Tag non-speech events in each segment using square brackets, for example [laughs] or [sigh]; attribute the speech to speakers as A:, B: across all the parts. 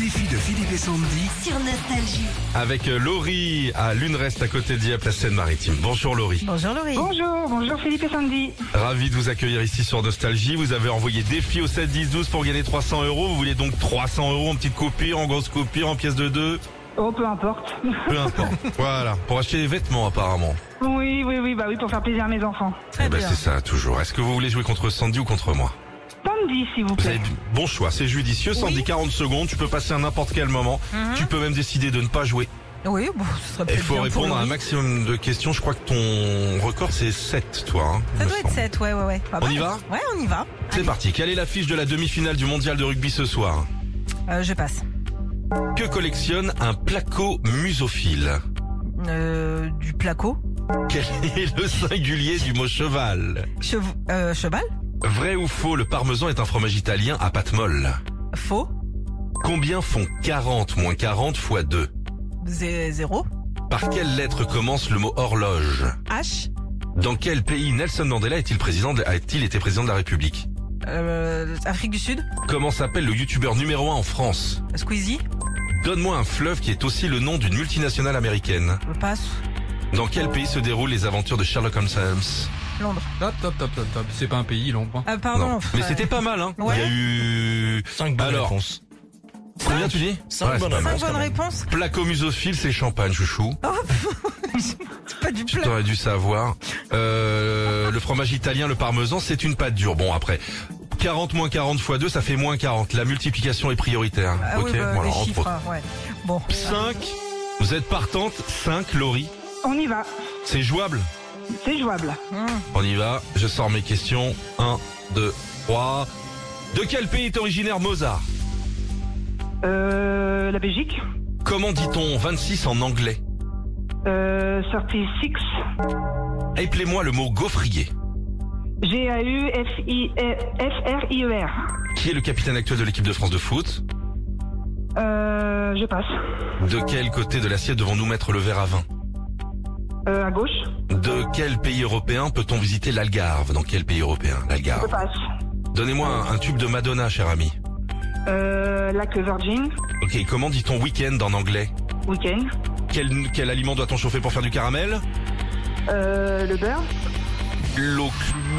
A: défi de Philippe et Sandy
B: sur Nostalgie.
C: Avec euh, Laurie à Lune reste à côté d'I à Place Seine-Maritime. Bonjour Laurie.
D: Bonjour Laurie.
C: Oh.
E: Bonjour, bonjour Philippe et Sandy.
C: Ravi de vous accueillir ici sur Nostalgie. Vous avez envoyé défi au 7 10 12 pour gagner 300 euros. Vous voulez donc 300 euros en petite coupure, en grosse coupure, en pièces de deux,
E: Oh, peu importe. [laughs]
C: peu
A: [laughs]
C: importe. voilà, pour acheter des vêtements apparemment.
E: Oui, oui, oui, bah oui, pour faire plaisir à mes enfants.
D: Très
C: Eh ben,
D: bien.
C: c'est ça toujours. Est-ce que vous voulez jouer contre Sandy ou contre moi
E: Sandy, s'il vous
C: Vous avez
E: plaît.
C: du bon choix, c'est judicieux. Sandy 40 secondes, tu peux passer à n'importe quel moment.
D: Hein?
C: Tu peux même décider de ne pas jouer.
D: Mhm. Oui, bon, ce serait
C: Eh, Il
D: peut-être
C: faut
D: bien pour
C: répondre à un
D: Laurie.
C: maximum de questions. Je crois que ton record c'est 7 toi. hein, il
D: Ça
C: me
D: doit être
C: semble.
D: 7, ouais, ouais, ouais. Pas
C: On
D: mal.
C: y va
D: Ouais, on y va.
C: C'est parti. Quelle est l'affiche de la demi-finale du mondial de rugby ce soir
D: Euh, je passe.
C: Que collectionne un placo musophile
D: Euh, du placo.
C: Quel est le singulier du mot cheval
D: Chev- euh, cheval.
C: Vrai ou faux, le parmesan est un fromage italien à pâte molle.
D: Faux.
C: Combien font 40 moins 40 fois 2
D: Zé- Zéro.
C: Par quelle lettre commence le mot horloge
D: H.
C: Dans quel pays Nelson Mandela est-il président de- a-t-il été président de la République
D: Euh, Afrique du Sud.
C: Comment s'appelle le youtubeur numéro 1 en France
D: Squeezie.
C: Donne-moi un fleuve qui est aussi le nom d'une multinationale américaine.
D: Je passe.
C: Dans quel pays se déroulent les aventures de Sherlock Holmes
D: Londres.
F: Top, top, top, top, top. C'est pas un pays, Londres. hein.
D: Ah, pardon.
C: Non.
D: frère.
C: Mais c'était pas mal, hein.
D: Ouais.
C: Il y a eu
G: 5 bonnes
C: Alors.
G: réponses.
C: combien tu dis
G: Cinq
C: Ouais, c'est
G: bonnes
C: pas mal.
D: Cinq
G: quand
D: bonnes
G: même.
D: réponses.
C: Placomusophile, c'est champagne, chouchou.
D: C'est pas du
C: Tu
D: plat.
C: t'aurais dû savoir. Euh, le fromage italien, le parmesan, c'est une pâte dure. Bon, après. 40 moins 40 fois 2, ça fait moins 40. La multiplication est prioritaire.
D: Ah oui, bah,
C: voilà,
D: les
C: entre
D: chiffres,
C: autres.
D: hein, ouais. Bon.
C: 5, vous êtes partante. 5, Laurie.
E: On y va.
C: C'est jouable
E: C'est jouable.
C: On y va, je sors mes questions. 1, 2, 3. De quel pays est originaire Mozart
E: Euh, la Belgique.
C: Comment dit-on 26 en anglais
E: Euh, 36.
C: Appelez-moi le mot gaufrier.
E: G-A-U-F-I-F-R-I-E-R.
C: Qui est le capitaine actuel de l'équipe de France de foot
E: Euh, je passe.
C: De quel côté de l'assiette devons-nous mettre le verre à vin
E: Euh, à gauche.
C: De quel pays européen peut-on visiter l'Algarve Dans quel pays européen
E: Je
C: L'Algarve.
E: passe.
C: Donnez-moi un, un tube de Madonna, cher ami.
E: Euh, lac Virgin.
C: Ok, comment dit-on week-end en anglais
E: Week-end.
C: quel, quel aliment doit-on chauffer pour faire du caramel
E: Euh, le beurre.
C: L'eau...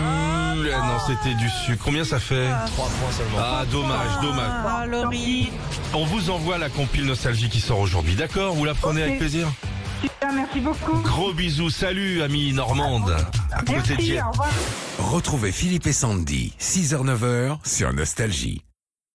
C: Ah non, c'était du sucre. Combien ça fait
G: 3 points seulement.
C: Ah, dommage, dommage.
D: Ah, Laurie.
C: On vous envoie la compile nostalgie qui sort aujourd'hui, d'accord Vous la prenez
E: Ok.
C: avec plaisir
E: Super, Ah, merci beaucoup.
C: Gros bisous, salut amis Normande. À côté de
E: Ah, Merci,
C: Dieppe.
E: au revoir.
A: Retrouvez Philippe et Sandy, 6h-9h sur Nostalgie.